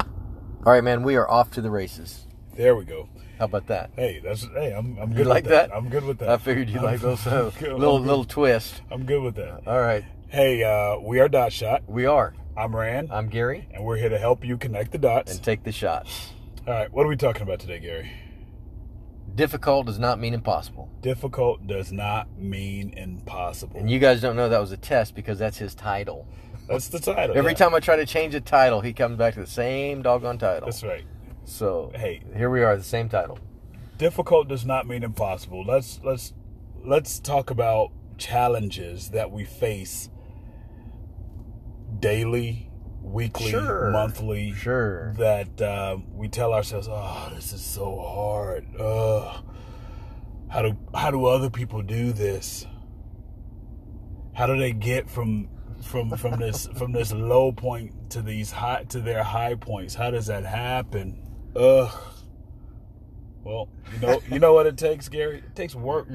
All right, man, we are off to the races. There we go. How about that? Hey, that's hey. I'm I'm You good like with that. that? I'm good with that. I figured you I'm like those. So good- I'm little good- little twist. I'm good with that. All right, Hey, uh, we are Dot Shot. we are. I'm Rand, I'm Gary, and we're here to help you connect the dots. and take the shots. All right, what are we talking about today, Gary? Difficult does not mean impossible. Difficult does not mean impossible. And you guys don't know that was a test because that's his title. that's the title. Every yeah. time I try to change the title, he comes back to the same doggone title. That's right. So Hey. here we are, the same title. Difficult does not mean impossible. Let's let's let's talk about challenges that we face daily, weekly, Sure. monthly, Sure. that um, we tell ourselves, "Oh, this is so hard. Ugh. How do how do other people do this? How do they get from from from this from this low point to these high to their high points? How does that happen? Ugh. Well, you know you know what it takes, Gary. It takes work.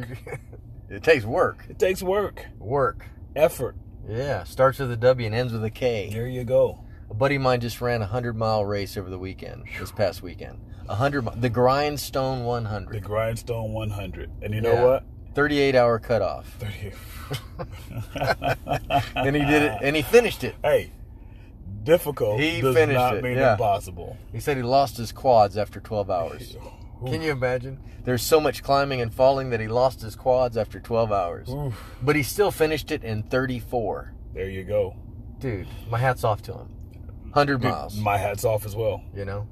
It takes work. It takes work, Work. effort. Yeah. Starts with a W and ends with a K. There you go. A buddy of mine just ran a hundred mile race over the weekend. This past weekend, a hundred mi- the Grindstone The 100, grindstone 100. And you Yeah. know what? 38 hour cutoff, 30. and he did it, and he finished it. hey, difficult He does finished not it, mean yeah. impossible. He said he lost his quads after 12 hours. Can you imagine? There's so much climbing and falling that he lost his quads after 12 hours, Oof. but he still finished it in 34. There you go. Dude, my hat's off to him. 100 Dude, miles. My hat's off as well you know,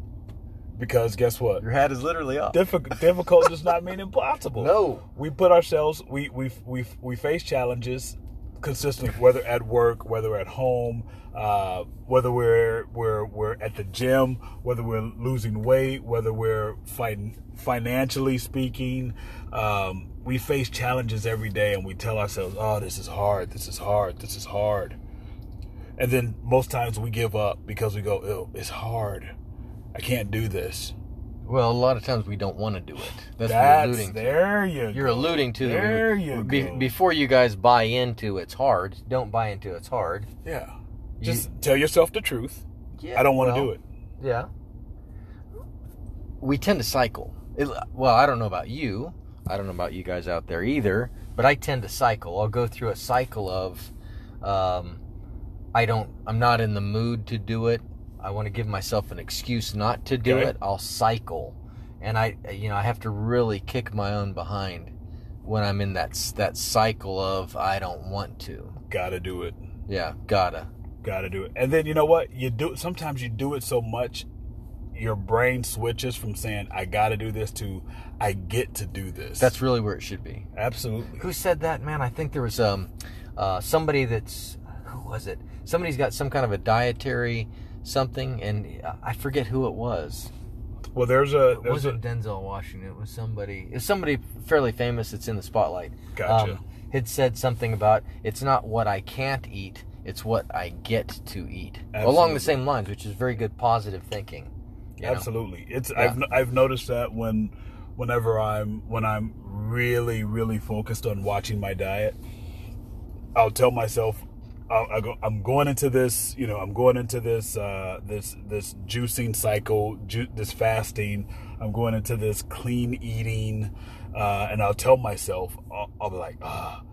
because guess what? your hat is literally off. Difficult, difficult does not mean impossible. No. we put ourselves. We we we we face challenges consistently, whether at work, whether at home, uh, whether we're we're we're at the gym, whether we're losing weight, whether we're fin- financially speaking. Um, we face challenges every day, and we tell ourselves, "Oh, this is hard. This is hard. This is hard." And then most times we give up because we go, "Ew, it's hard. I can't do this." Well, a lot of times we don't want to do it. That's, what we're That's alluding to. there you You're alluding to that we- There you be- go. before you guys buy into it's hard. Don't buy into it's hard. Yeah. Just tell yourself the truth. Yeah, I don't want to well, do it. Yeah. We tend to cycle. It, well, I don't know about you. I don't know about you guys out there either. But I tend to cycle. I'll go through a cycle of, um, I don't. I'm not in the mood to do it. I want to give myself an excuse not to do Okay. it. I'll cycle, and I, you know, I have to really kick my own behind when I'm in that s- that cycle of I don't want to. Gotta do it. Yeah, gotta. Gotta do it. And then you know what? You do sometimes you do it so much your brain switches from saying I gotta do this to I get to do this. That's really where it should be. absolutely Who said that, man? I think there was um, uh, somebody that's who was it? Somebody's got some kind of a dietary something, and uh, I- I forget who it was. well there's a It there's a wasn't Denzel Washington. It was somebody. It was somebody fairly famous that's in the spotlight. Um, Gotcha. had said something about it's not what I can't eat, it's what I get to eat. Along Absolutely. the same lines, which is very good positive thinking. you know? absolutely it's I've, no- I've noticed that when whenever i'm when i'm really really focused on watching my diet i'll tell myself I'll, I go, i'm going into this you know i'm going into this uh, this this juicing cycle ju- this fasting i'm going into this clean eating uh, and i'll tell myself i'll, I'll be like ah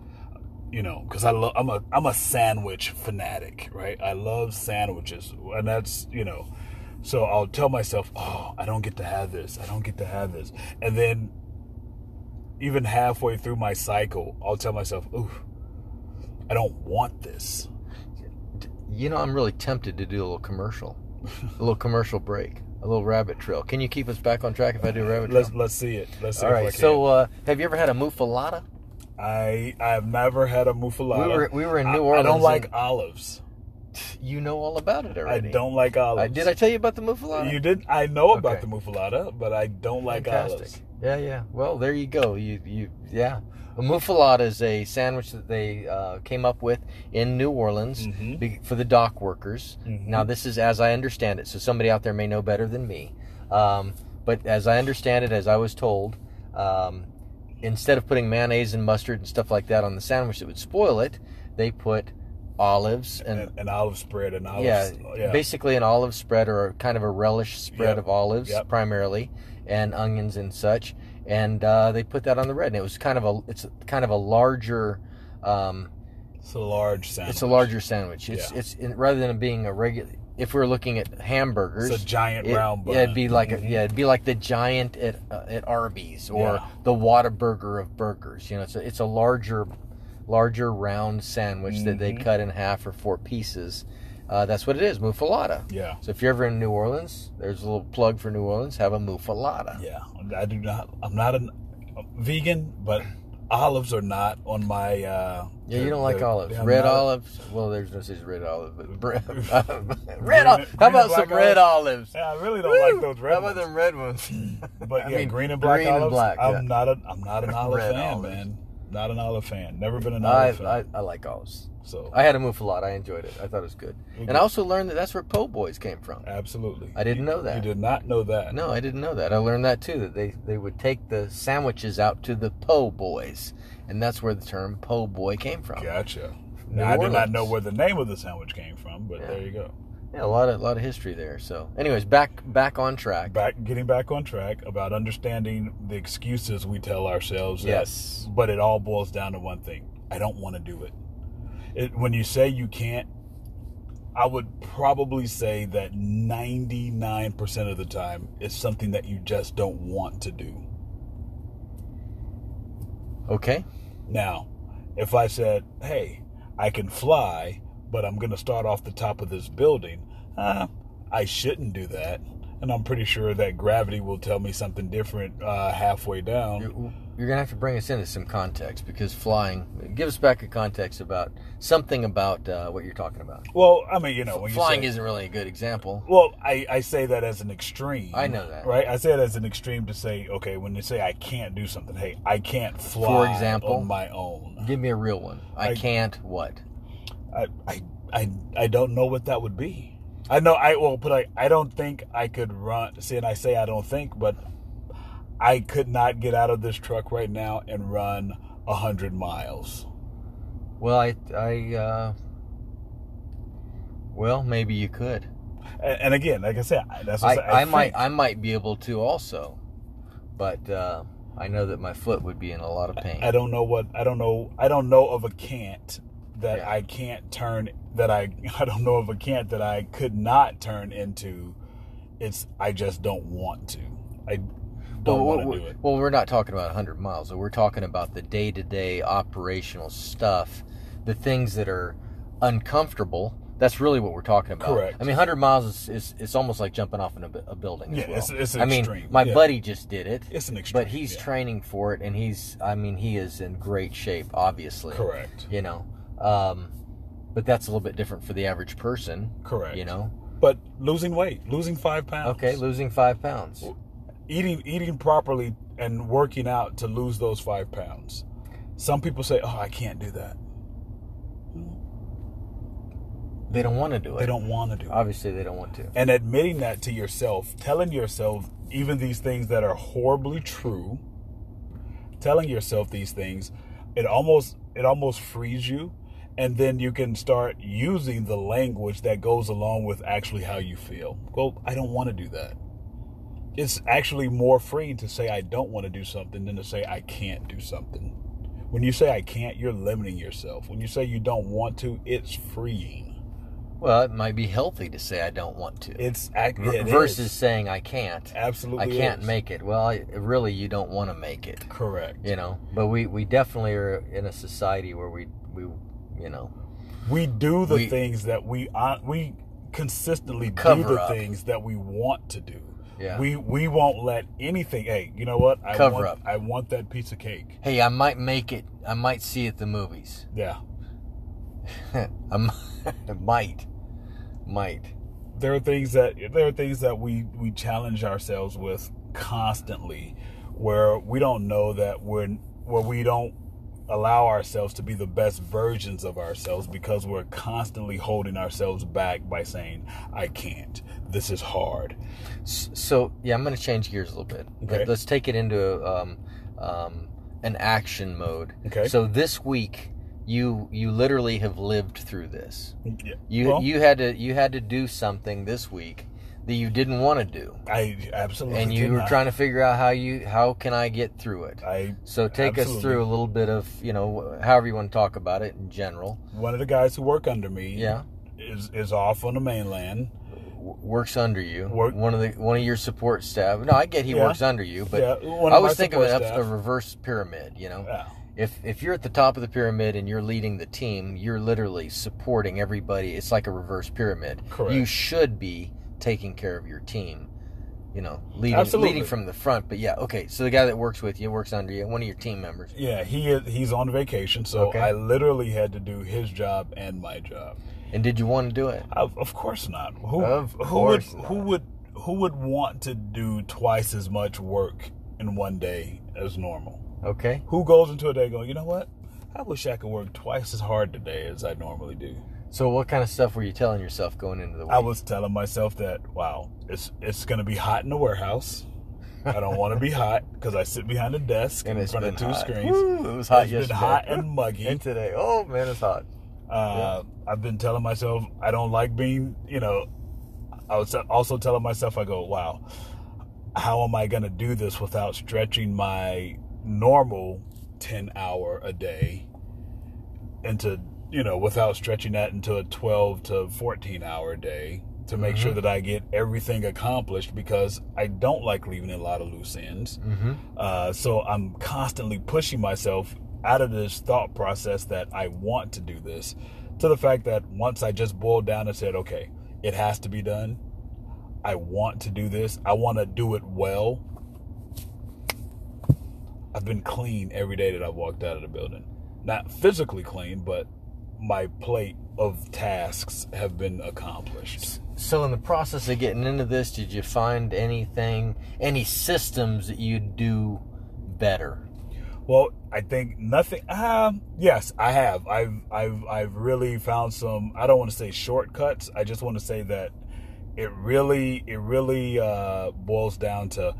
you know, because I love I'm a I'm a sandwich fanatic, right? I love sandwiches, and that's you know, so I'll tell myself, oh, I don't get to have this, I don't get to have this, and then even halfway through my cycle, I'll tell myself, ooh, I don't want this. You know, I'm really tempted to do a little commercial, a little commercial break, a little rabbit trail. Can you keep us back on track if I do rabbit trail? Let's let's see it. Let's see All if right. I can. So, uh, have you ever had a mufalata? I I've never had a We mufalada. were we were in I- New I, Orleans. don't like and olives. You know all about it I already. don't like olives. I, did I tell you about the mufalata? You did. I know about Okay. the mufalada, but I don't like Fantastic. olives. Yeah, yeah. Well, there you go. You you yeah. A mufalata is a sandwich that they uh, came up with in New Orleans Mhm. be- for the dock workers. Mhm. Now, this is as I understand it. So somebody out there may know better than me. Um, but as I understand it, as I was told, um, instead of putting mayonnaise and mustard and stuff like that on the sandwich that would spoil it, they put olives and, an, an olive spread, an olive. oh, yeah, yeah. basically an olive spread or kind of a relish spread Yep. of olives Yep. primarily and onions and such and uh, they put that on the bread and it was kind of a it's kind of a larger um, it's a large sandwich. it's a larger sandwich it's Yeah. it's it, rather than being a regular if we were looking at hamburgers It's a giant it, round bun. yeah, it'd be like a, Mhm. yeah, it'd be like the giant at uh, at Arby's or Yeah. the Whataburger of burgers. You know, it's a, it's a larger larger round sandwich that Mm-hmm. they cut in half or four pieces. Uh, that's what it is, mufalada. Yeah. So if you're ever in New Orleans, there's a little plug for New Orleans. Have a mufalada. Yeah, I do not. I'm not an, a vegan, but olives are not on my. Uh, Yeah, you the- don't like the- olives. I'm red not- olives. Well, there's no such red olive, but bre- Green- red. Ol- green how and about black some red olives? Yeah, I really don't Woo! like those red How about ones. them red ones? But I yeah, mean, green and black green and olives. black, I'm yeah. not a. I'm not an olive Red fan, olives. man. Not an olive fan. Never been an I, olive fan. I, I like olives. so I had a move a lot. I enjoyed it. I thought it was good. And I also learned that that's where po' boys came from. absolutely, I didn't You- know that. You did not know that. No, I didn't know that. I learned that too. That they they would take the sandwiches out to the po' boys, and that's where the term po' boy came from. Gotcha. New Now, I did not Orleans. know where the name of the sandwich came from, but Yeah. there you go. Yeah, a lot of lot of history there. So, anyways, back back on track. Back, getting back on track about understanding the excuses we tell ourselves. that- Yes. but it all boils down to one thing: I don't want to do it. it. When you say you can't, I would probably say that ninety-nine percent of the time, it's something that you just don't want to do. Okay. Now, if I said, "Hey, I can fly, but I'm going to start off the top of this building," uh, I shouldn't do that, and I'm pretty sure that gravity will tell me something different uh, halfway down. You're, you're gonna have to bring us into some context because flying. Give us back a context about something about uh, what you're talking about. Well, I mean, you know, when you Flying say- isn't really a good example. Well, I, I say that as an extreme. I know that. Right? I say it as an extreme to say, okay, when they say I can't do something, hey, I can't fly For example? on my own. Give me a real one. I I- can't what. I, I, I, I don't know what that would be. I know I well, but I, I don't think I could run. See, and I say I don't think, but I could not get out of this truck right now and run a hundred miles. Well, I, I, uh, well, maybe you could. And, and again, like I said, I- that's I, what I, said, might, think. I might be able to also, but uh, I know that my foot would be in a lot of pain. I don't know what I don't know I don't know of a can't that Yeah. I can't turn that I I don't know of a can't that I could not turn into. It's I just don't want to. I well, don't want we- to do it. well, we're not talking about 100 miles. We're talking about the day-to-day operational stuff, the things that are uncomfortable. That's really what we're talking about. Correct. I mean, 100 miles is, is it's almost like jumping off in a, bu- a building. as Yeah, well. it's- it's I mean, extreme. my Yeah. buddy just did it. It's an extreme. but he's yeah. training for it and he's i mean he is in great shape obviously correct. you know um but that's a little bit different for the average person Correct. you know But losing weight, losing five pounds. okay losing five pounds eating eating properly and working out to lose those five pounds. Some people say, "Oh, I can't do that." they don't want to do it They don't want to do it. obviously they don't want to and admitting that to yourself, telling yourself even these things that are horribly true, telling yourself these things, it almost it almost frees you and then you can start using the language that goes along with actually how you feel. Well, I don't want to do that. It's actually more freeing to say I don't want to do something than to say I can't do something. When you say I can't, you're limiting yourself. When you say you don't want to, it's freeing. well it might be healthy to say i don't want to It's act- v- it is. versus saying i can't i Absolutely, can't is. make it well I, really you don't want to make it correct. you know but we we definitely are in a society where we we you know We do the We- things that we uh, we consistently do Cover the up. things that we want to do. Yeah. We we won't let anything. Hey, you know what? I Cover want, up. I want that piece of cake. hey i might make it i might see it at the movies Yeah. Um, might, might. There are things that there are things that we we challenge ourselves with constantly, where we don't know that we're where we don't allow ourselves to be the best versions of ourselves because we're constantly holding ourselves back by saying, "I can't. This is hard." S- So yeah, I'm gonna change gears a little bit. Okay. Let's take it into um, um, an action mode. Okay. So this week you you literally have lived through this. Yeah. You Well, you had to you had to do something this week that you didn't want to do, I absolutely and you did were not. trying to figure out how you how can I get through it. I So take us Absolutely. through a little bit of you know however you want to talk about it in general. one of the guys who work under me Yeah, is is off on the mainland. W- works under you. Work- one of the one of your support staff. No, I get he Yeah. works under you, but yeah, one I of my always think of it support as a staff. reverse pyramid. You know, Yeah. if if you're at the top of the pyramid and you're leading the team, you're literally supporting everybody. It's like a reverse pyramid. Correct. You should be taking care of your team. You know, leading Absolutely. leading from the front. But yeah, okay. So the guy that works with you works under you, one of your team members. Yeah, he is, he's on vacation, so Okay. I literally had to do his job and my job. And did you want to do it? Of, of course not. Who Of who course would not. who would who would want to do twice as much work in one day as normal? Okay. Who goes into a day going, you know what? I wish I could work twice as hard today as I normally do. So what kind of stuff were you telling yourself going into the week? I was telling myself that wow, it's it's gonna be hot in the warehouse. I don't want to be hot because I sit behind a desk and in it's front been of two hot. screens. Woo, it was hot It's been yesterday. hot and muggy. And today. Oh man, it's hot. Uh, I've been telling myself I don't like being, you know. I was also telling myself, I go, wow, how am I going to do this without stretching my normal 10 hour a day into, you know, without stretching that into a 12 to 14 hour day to make sure that I get everything accomplished because I don't like leaving a lot of loose ends. Mm-hmm. Uh, so I'm constantly pushing myself out of this thought process that I want to do this to the fact that once I just boiled down and said, okay, it has to be done. I want to do this. I want to do it well. I've been clean every day that I've walked out of the building. Not physically clean, but my plate of tasks have been accomplished. So in the process of getting into this, did you find anything, any systems that you do better? Well, I think nothing. Um, yes, I have. I've I've I've really found some. I don't want to say shortcuts. I just want to say that it really it really uh, boils down to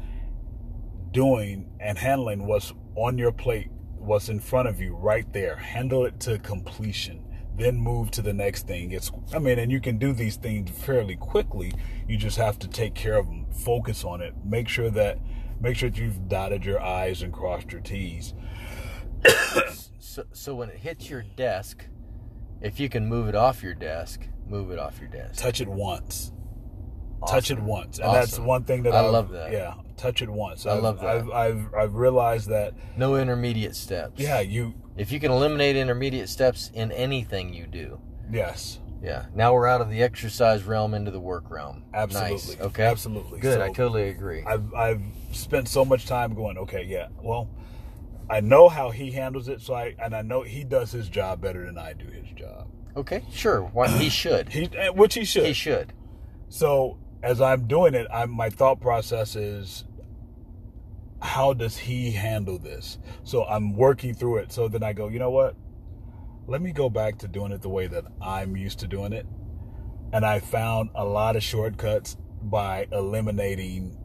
doing and handling what's on your plate, what's in front of you, right there. Handle it to completion. Then move to the next thing. It's, I mean, and you can do these things fairly quickly. You just have to take care of them, focus on it, make sure that, make sure that you've dotted your I's and crossed your T's. So, so when it hits your desk, if you can move it off your desk, move it off your desk. touch it once. Touch it Awesome. once, and that's Awesome. one thing that I I've- love that. Yeah, touch it once. I I've- love that. I've, I've I've realized that. No intermediate steps. Yeah, you. If you can eliminate intermediate steps in anything you do, Yes, yeah. Now we're out of the exercise realm into the work realm. absolutely. Nice. Okay. absolutely. Good. So I totally agree. I've I've spent so much time going. Okay, yeah. Well, I know how he handles it, so I and I know he does his job better than I do his job. Okay. Sure. Why, he should. He, and- which he should. He should. So as I'm doing it, I'm my thought process is how does he handle this? So I'm working through it. So then I go, you know what? Let me go back to doing it the way that I'm used to doing it. And I found a lot of shortcuts by eliminating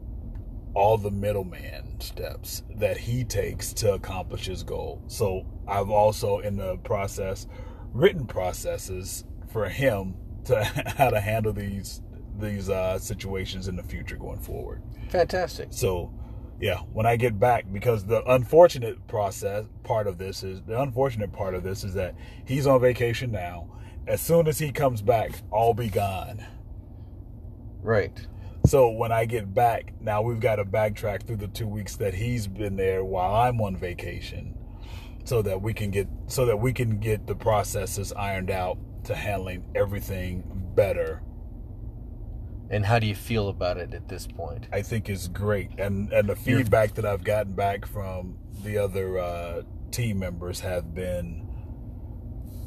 all the middleman steps that he takes to accomplish his goal. So I've also in the process written processes for him to how to handle these these uh, situations in the future going forward. Fantastic. So, yeah, when I get back, because the unfortunate process part of this is the unfortunate part of this is that he's on vacation now. As soon as he comes back, I'll be gone. Right. So when I get back, now we've got to backtrack through the two weeks that he's been there while I'm on vacation, so that we can get so that we can get the processes ironed out to handling everything better And how do you feel about it at this point? I think is great, and and the You're- feedback that I've gotten back from the other uh, team members have been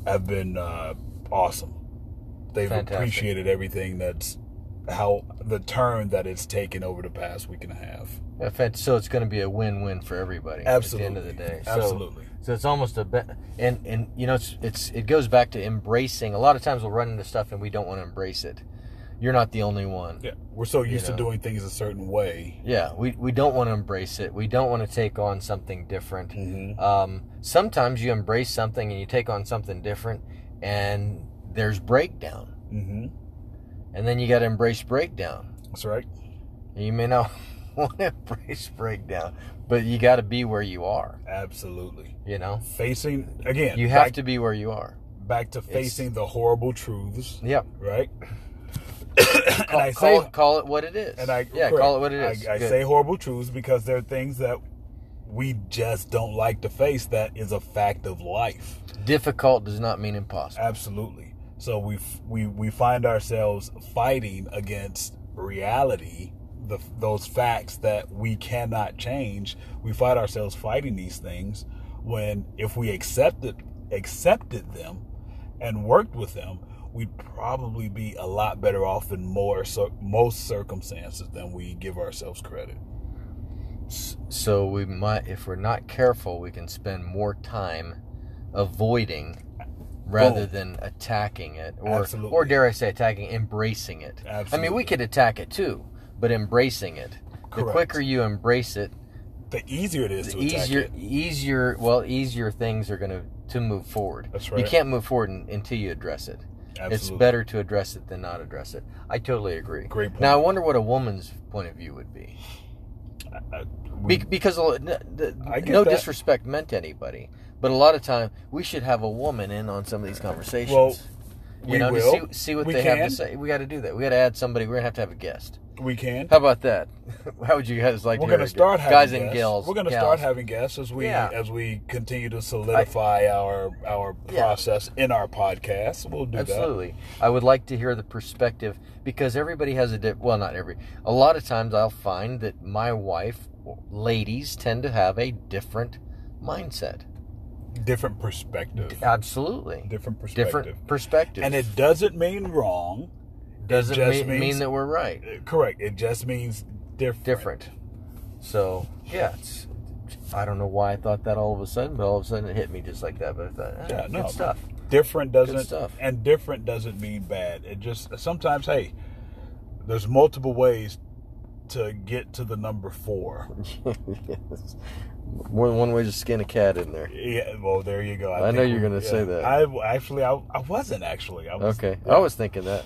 have been uh, awesome. They've Fantastic. appreciated everything that's how the turn that it's taken over the past week and a half. In fact, so it's going to be a win-win for everybody. Absolutely, At the end of the day. So- absolutely. So it's almost a bit, and and you know it's it's it goes back to embracing. A lot of times we'll run into stuff and we don't want to embrace it, you're not the only one. Yeah, we're so used know. to doing things a certain way. Yeah, we, we don't want to embrace it. We don't want to take on something different. Mm-hmm. Um, sometimes you embrace something and you take on something different, and there's breakdown. Mm-hmm. And then you got to embrace breakdown. That's right. You may not want to embrace breakdown, but you got to be where you are, Absolutely. you know? Facing again. You have back, to be where you are. back to facing the horrible truths. Yep. Right. and Call, I call, say it, call it what it is. and I yeah, correct. call it what it is. I, I Good. say horrible truths because there are things that we just don't like to face. That is a fact of life. difficult does not mean impossible. Absolutely. So we f- we we find ourselves fighting against reality, the those facts that we cannot change. We find ourselves fighting these things when if we accepted accepted them and worked with them, we'd probably be a lot better off in more cir- most circumstances than we give ourselves credit. S- So we might, if we're not careful, we can spend more time avoiding rather than attacking it, or Absolutely. or dare I say, attacking, embracing it. I mean, Absolutely. we could attack it too, but embracing it. The Correct. quicker you embrace it, The easier it is the to attack easier, it. easier, well, easier things are going to to move forward. That's You right. can't move forward un- until you address it. It's Absolutely. better to address it than not address it. I totally agree. Great point. Now I wonder what a woman's point of view would be. I- I- we- Be- because a lo- n- the- I get no that. disrespect meant to anybody, but a lot of time we should have a woman in on some of these conversations. Well, you we know, will. to see, see what We they have can. to say. We got to do that. We got to add somebody. We're gonna have to have a guest. we can. How about that? How would you guys like? we're to hear gonna it? start having guys and guests. gals. We're gonna gals. start having guests as we Yeah. as we continue to solidify our our Yeah. process in our podcast. We'll do Absolutely. I would like to hear the perspective because everybody has a di- well, not every. A lot of times I'll find that my wife, ladies, tend to have a different mindset. that. Different perspective. Absolutely. different perspective. Different perspective. And it doesn't mean wrong. doesn't just mean, mean means- that we're right. Uh, Correct. It just means different. Different. So yeah, it's. I don't know why I thought that all of a sudden, but all of a sudden it hit me just like that. But I thought, eh, Yeah, no. good stuff. Different doesn't stuff. and different doesn't mean bad. It just sometimes hey, there's multiple ways to get to the number 4. yes. More than one way to skin a cat in there. Yeah, well, there you go. I know think you're we- gonna say that. I actually, I, I wasn't actually. I was, Okay, yeah, I was thinking that.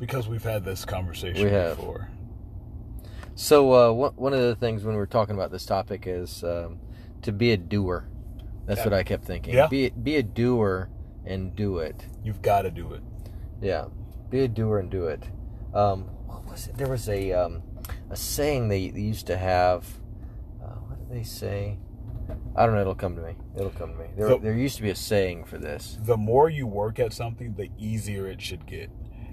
because we've had this conversation We have. before. So uh, one one of the things when we were talking about this topic is um, to be a doer. That's what I kept thinking. Yeah. Be be a doer and do it. You've got to do it. Yeah. Be a doer and do it. Um, what was it? There was a um, a saying they, they used to have. Uh, what did they say? I don't know. It'll come to me. It'll come to me. There, So- there used to be a saying for this. The more you work at something, the easier it should get,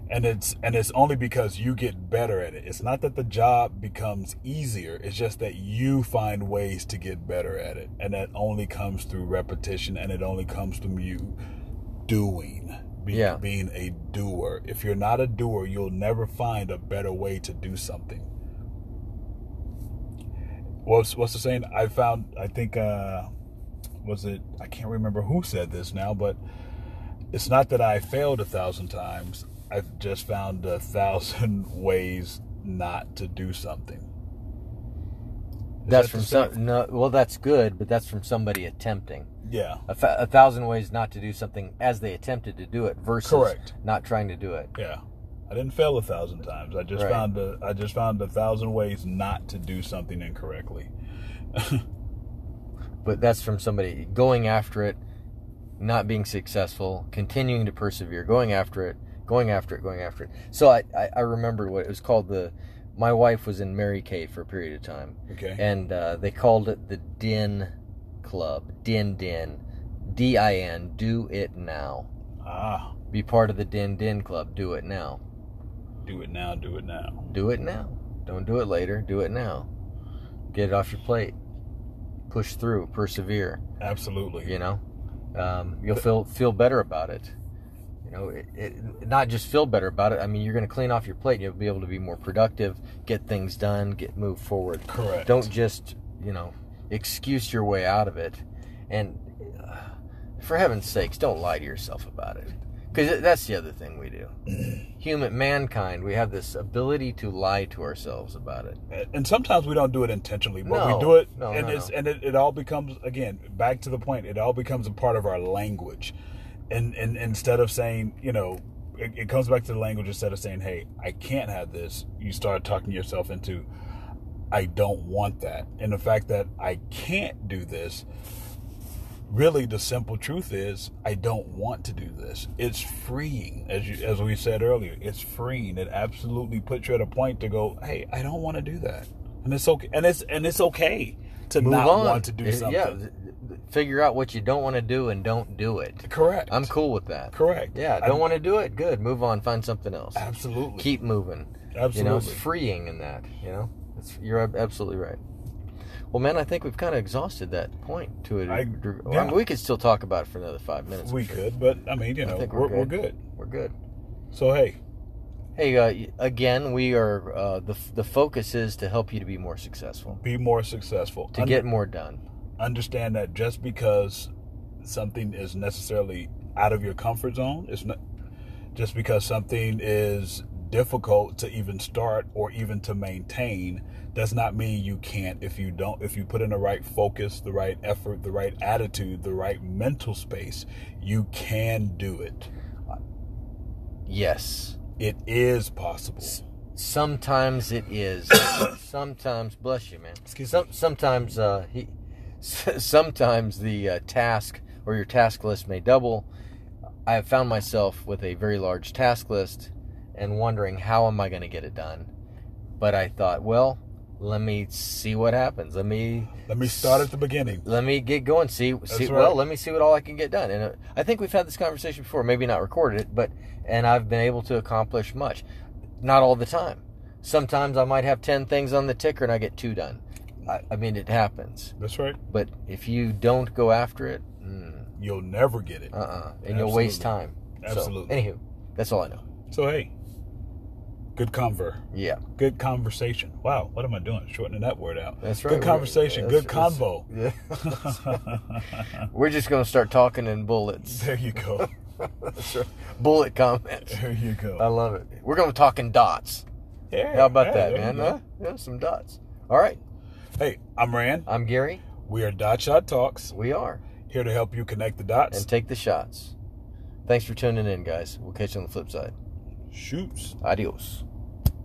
and it's and it's only because you get better at it. It's not that the job becomes easier. It's just that you find ways to get better at it, and that only comes through repetition, and it only comes from you doing. Be, Yeah. Being a doer. If you're not a doer, you'll never find a better way to do something. what's what's the saying? I found I think uh was it I can't remember who said this now, but it's not that I failed a thousand times. I've just found a thousand ways not to do something. Is That's that from the some. No, well, that's good, but that's from somebody attempting. Yeah. a, fa- a thousand ways not to do something as they attempted to do it versus Correct. not trying to do it. Yeah. I didn't fail a thousand times. I just Right. found a I just found a thousand ways not to do something incorrectly. But that's from somebody going after it, not being successful, continuing to persevere, going after it, going after it, going after it. So I, I, I remember what it was called. The my wife was in Mary Kay for a period of time, Okay. and uh, they called it the Din Club, Din Din, D I N. Do it now. ah, Be part of the Din Din Club. Do it now. do it now, do it now. do it now. Don't do it later. Do it now. Get it off your plate. Push through. Persevere. Absolutely. You know, um, you'll feel feel better about it. You know, it, it, not just feel better about it. I mean, you're going to clean off your plate. and You'll be able to be more productive, get things done, get move forward. Correct. Don't just you know excuse your way out of it. And uh, for heaven's sakes, don't lie to yourself about it. Because that's the other thing we do. Human mankind, we have this ability to lie to ourselves about it. and sometimes we don't do it intentionally, but No, we do it, no, and no, it's no. and it, it all becomes again back to the point. It all becomes a part of our language, and and instead of saying, you know, it, it comes back to the language instead of saying, "Hey, I can't have this," you start talking yourself into, "I don't want that," and the fact that I can't do this. Really, the simple truth is, I don't want to do this. It's freeing, as you, as we said earlier. It's freeing. It absolutely puts you at a point to go, "Hey, I don't want to do that," and it's okay. And it's and it's okay to Move not on. want to do Yeah, something. Yeah, th- th- figure out what you don't want to do and don't do it. Correct. I'm cool with that. Correct. Yeah, I'm- don't want to do it. Good. Move on. Find something else. Absolutely. Keep moving. You know, it's absolutely. freeing in that. You know, it's, you're ab- absolutely right. Well, man, I think we've kind of exhausted that point to it. I- yeah. we could still talk about it for another five minutes. we I'm sure. could, but I mean, you I know, think we're, we're we're good. good. We're good. So hey, Hey, uh, y- again, we are uh, the f- the focus is to help you to be more successful, be more successful. to Un- get more done. understand that just because something is necessarily out of your comfort zone, it's not just because something is difficult to even start or even to maintain does not mean you can't if you don't if you put in the right focus the right effort the right attitude the right mental space you can do it Yes. it is possible Sometimes it is. sometimes, bless you, man. Excuse Some, sometimes uh, he, sometimes the uh, task or your task list may double. I have found myself with a very large task list and wondering how am I going to get it done. But I thought, well, let me see what happens. Let me let me start at the beginning let me get going. See, see right. well, let me see what all I can get done. And uh, I think we've had this conversation before, maybe not recorded it, but and I've been able to accomplish much. Not all the time. Sometimes I might have ten things on the ticker and I get two done. I, I mean, it happens. that's right But if you don't go after it, mm, you'll never get it uh, uh and you'll waste time. Absolutely. So, anywho, that's all I know. so hey good conver Yeah, good conversation wow what am i doing shortening that word out that's right. good We're- conversation that's- good that's- convo Yeah. We're just gonna start talking in bullets. there you go That's right. Bullet comments. there you go I love it. We're gonna talk in dots. Yeah, How about yeah, that, there you man? go. Huh? Yeah, some dots. All right. Hey, I'm Rand. I'm Gary. We are Dot Shot Talks, We are. here to help you connect the dots. And take the shots. Thanks for tuning in, guys. We'll catch you on the flip side. Shoots. Adios.